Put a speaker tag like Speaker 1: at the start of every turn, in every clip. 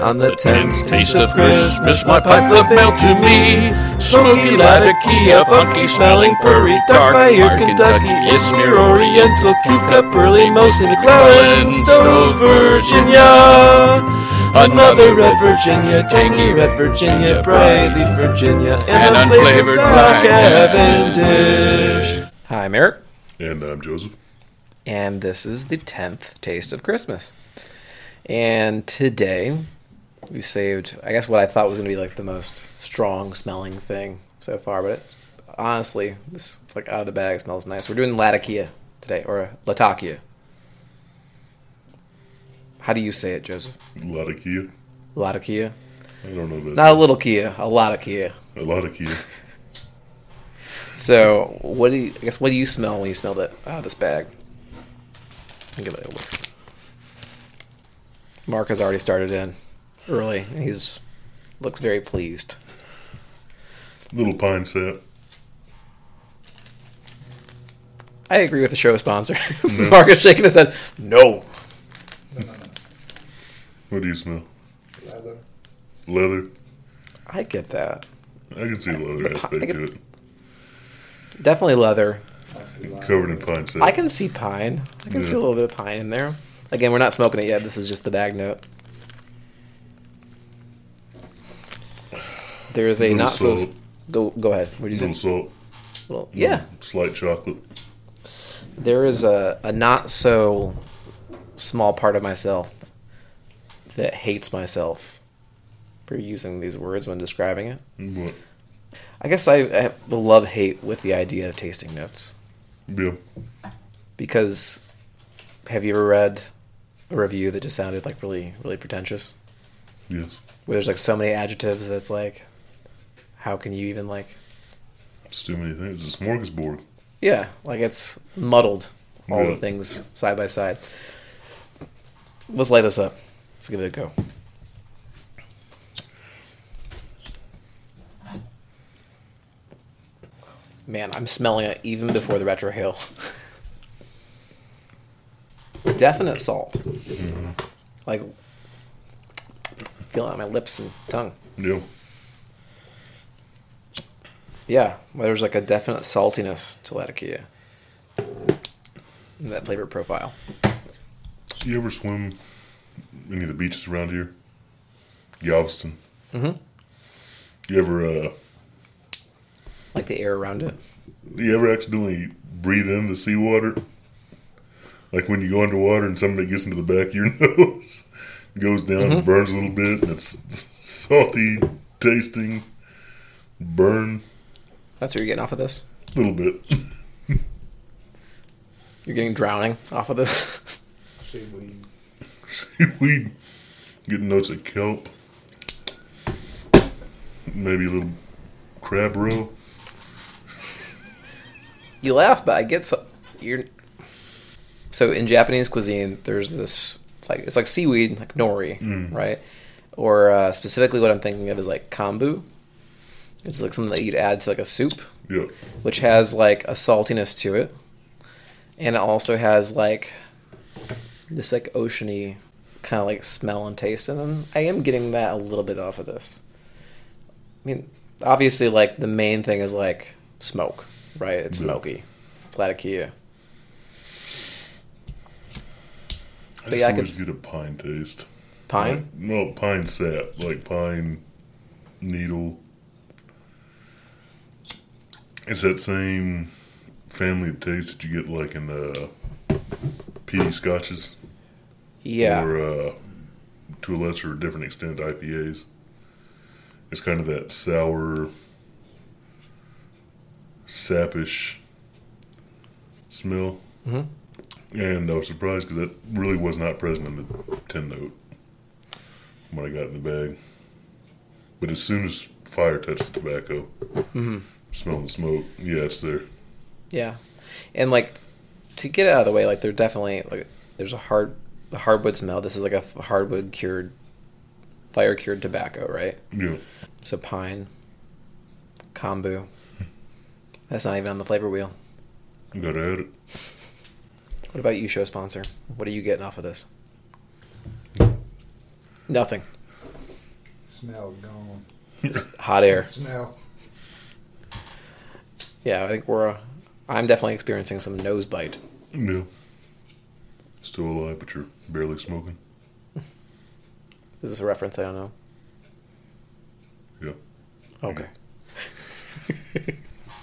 Speaker 1: On the
Speaker 2: Tenth
Speaker 1: tenth
Speaker 2: taste of Christmas, my pipe will melt to me. Smoky Latakia, funky smelling prairie dark.
Speaker 1: Fire,
Speaker 2: Fire,
Speaker 1: Kentucky,
Speaker 2: Ishmir,
Speaker 1: Ishmere,
Speaker 2: Oriental,
Speaker 1: Oriental, Cucup, Burley, Mose, McClellan, Stowe, Virginia. Another red Virginia, tangy red Virginia, brightly Virginia, and,
Speaker 2: And
Speaker 1: a flavored
Speaker 2: unflavored
Speaker 1: black
Speaker 2: black
Speaker 1: Cavendish.
Speaker 3: Hi, I'm Eric,
Speaker 4: And I'm Joseph.
Speaker 3: and this is the 10th Taste of Christmas. And today, we saved, I guess, what I thought was going to be like the most strong smelling thing so far, but it, honestly, this like out of the bag smells nice. We're doing Latakia today, or Latakia. How do you say it, Joseph?
Speaker 4: A lot of Kia.
Speaker 3: Latakia?
Speaker 4: I don't know that.
Speaker 3: Not a little Kia, a Latakia.
Speaker 4: A lot of Kia.
Speaker 3: So, what do you, I guess, what do you smell when you smell that out of this bag? I'll give it a look. Mark has already started in early. He's looks very pleased.
Speaker 4: Little pine sap.
Speaker 3: I agree with the show sponsor. Mark is shaking his head. No.
Speaker 4: What do you smell? Leather.
Speaker 3: I get that.
Speaker 4: I can see the leather aspect to it.
Speaker 3: Definitely leather.
Speaker 4: Covered in pine sap.
Speaker 3: I can see pine. I can see a
Speaker 4: Yeah.
Speaker 3: little bit of pine in there. Again, we're not smoking it yet. This is just the bag note. There is a
Speaker 4: Little
Speaker 3: not
Speaker 4: salt.
Speaker 3: so. Go go ahead. What do you
Speaker 4: little
Speaker 3: say?
Speaker 4: salt.
Speaker 3: Well, yeah.
Speaker 4: Slight chocolate.
Speaker 3: there is a, a not so small part of myself that hates myself for using these words when describing it.
Speaker 4: And What?
Speaker 3: I guess I, I have a love hate with the idea of tasting notes
Speaker 4: Yeah.
Speaker 3: because have you ever read a review that just sounded like really really pretentious
Speaker 4: Yes.
Speaker 3: where there's like so many adjectives that's like how can you even like
Speaker 4: It's too many things. It's a smorgasbord.
Speaker 3: Yeah, like it's muddled. All the
Speaker 4: Yeah.
Speaker 3: things side by side. Let's light this up. Let's give it a go. Man, I'm smelling it even before the retrohale. Definite salt. Like feeling it on my lips and tongue.
Speaker 4: Yeah.
Speaker 3: Yeah, well, there's like a definite saltiness to Latakia. And That flavor profile.
Speaker 4: So you ever swim any of the beaches around here? Galveston. Mm-hmm. You ever uh
Speaker 3: Like the air around it.
Speaker 4: you ever accidentally breathe in the seawater? Like when you go underwater and somebody gets into the back of your nose, goes down
Speaker 3: Mm-hmm.
Speaker 4: and burns a little bit, and it's salty tasting, burn
Speaker 3: That's what you're getting off of this?
Speaker 4: a little bit.
Speaker 3: You're getting drowning off of this?
Speaker 4: we get notes of kelp, maybe a little crab roe.
Speaker 3: you laugh, but I get so, you're. So in Japanese cuisine, there's this like it's like seaweed, like nori, right? Or uh, specifically, what I'm thinking of is like kombu. It's like something that you'd add to like a soup,
Speaker 4: Yeah,
Speaker 3: which has like a saltiness to it, and it also has like this like oceany kind of like smell and taste. And then I am getting that a little bit off of this. I mean, obviously, like the main thing is like smoke, right? It's
Speaker 4: Yeah.
Speaker 3: smoky. It's Latakia.
Speaker 4: I
Speaker 3: But
Speaker 4: just
Speaker 3: yeah, I
Speaker 4: always
Speaker 3: could-
Speaker 4: get a pine taste.
Speaker 3: Pine.
Speaker 4: Like, no, pine sap, like pine needle. It's that same family of tastes that you get like in uh, peaty scotches
Speaker 3: Yeah.
Speaker 4: or uh, to a lesser or different extent IPAs. It's kind of that sour, sappish smell. Mm-hmm. And I was surprised because that really was not present in the 10 note when I got in the bag. But as soon as fire touched the tobacco, smelling the smoke, yeah, it's there.
Speaker 3: Yeah, and like to get it out of the way, like they're definitely like there's a hard a hardwood smell. This is like a f- hardwood cured, fire cured tobacco, right?
Speaker 4: Yeah.
Speaker 3: So pine, kombu. That's not even on the flavor wheel.
Speaker 4: Gotta add it.
Speaker 3: What about you, show sponsor? What are you getting off of this? Nothing.
Speaker 5: smell gone.
Speaker 3: Hot air.
Speaker 5: Smell.
Speaker 3: Yeah, I think we're. Uh, I'm definitely experiencing some nose bite.
Speaker 4: Yeah. Still alive, but you're barely smoking.
Speaker 3: Is this a reference? I don't know.
Speaker 4: Yeah.
Speaker 3: Okay.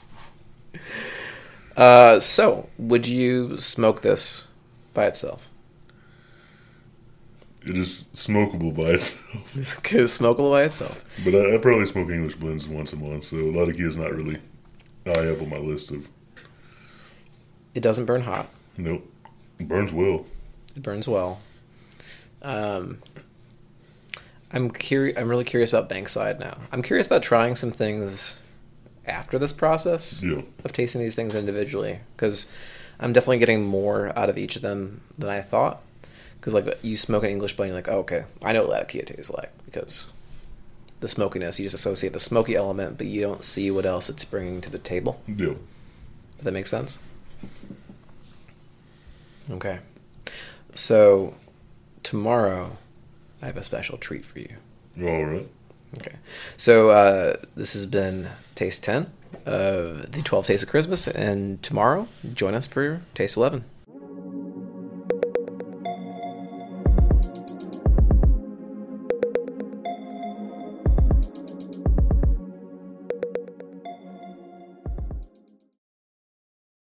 Speaker 3: uh, so, would you smoke this by itself?
Speaker 4: It is smokable by itself.
Speaker 3: Is it smokable by itself?
Speaker 4: But I, I probably smoke English blends once a month, so a lot of is not really high up on my list of
Speaker 3: It doesn't burn hot.
Speaker 4: nope. Burns well.
Speaker 3: It burns well. Um, I'm curious. I'm really curious about Bankside now. I'm curious about trying some things after this process
Speaker 4: Yeah.
Speaker 3: of tasting these things individually because I'm definitely getting more out of each of them than I thought. Because like you smoke an English blend, you're like, oh, okay, I know what Latakia tastes like because the smokiness. You just associate the smoky element, but you don't see what else it's bringing to the table.
Speaker 4: Yeah.
Speaker 3: Does that make sense? Okay. So tomorrow, I have a special treat for you.
Speaker 4: All right.
Speaker 3: Okay. So uh, this has been Taste 10 of the 12 Tastes of Christmas, and tomorrow, join us for Taste 11.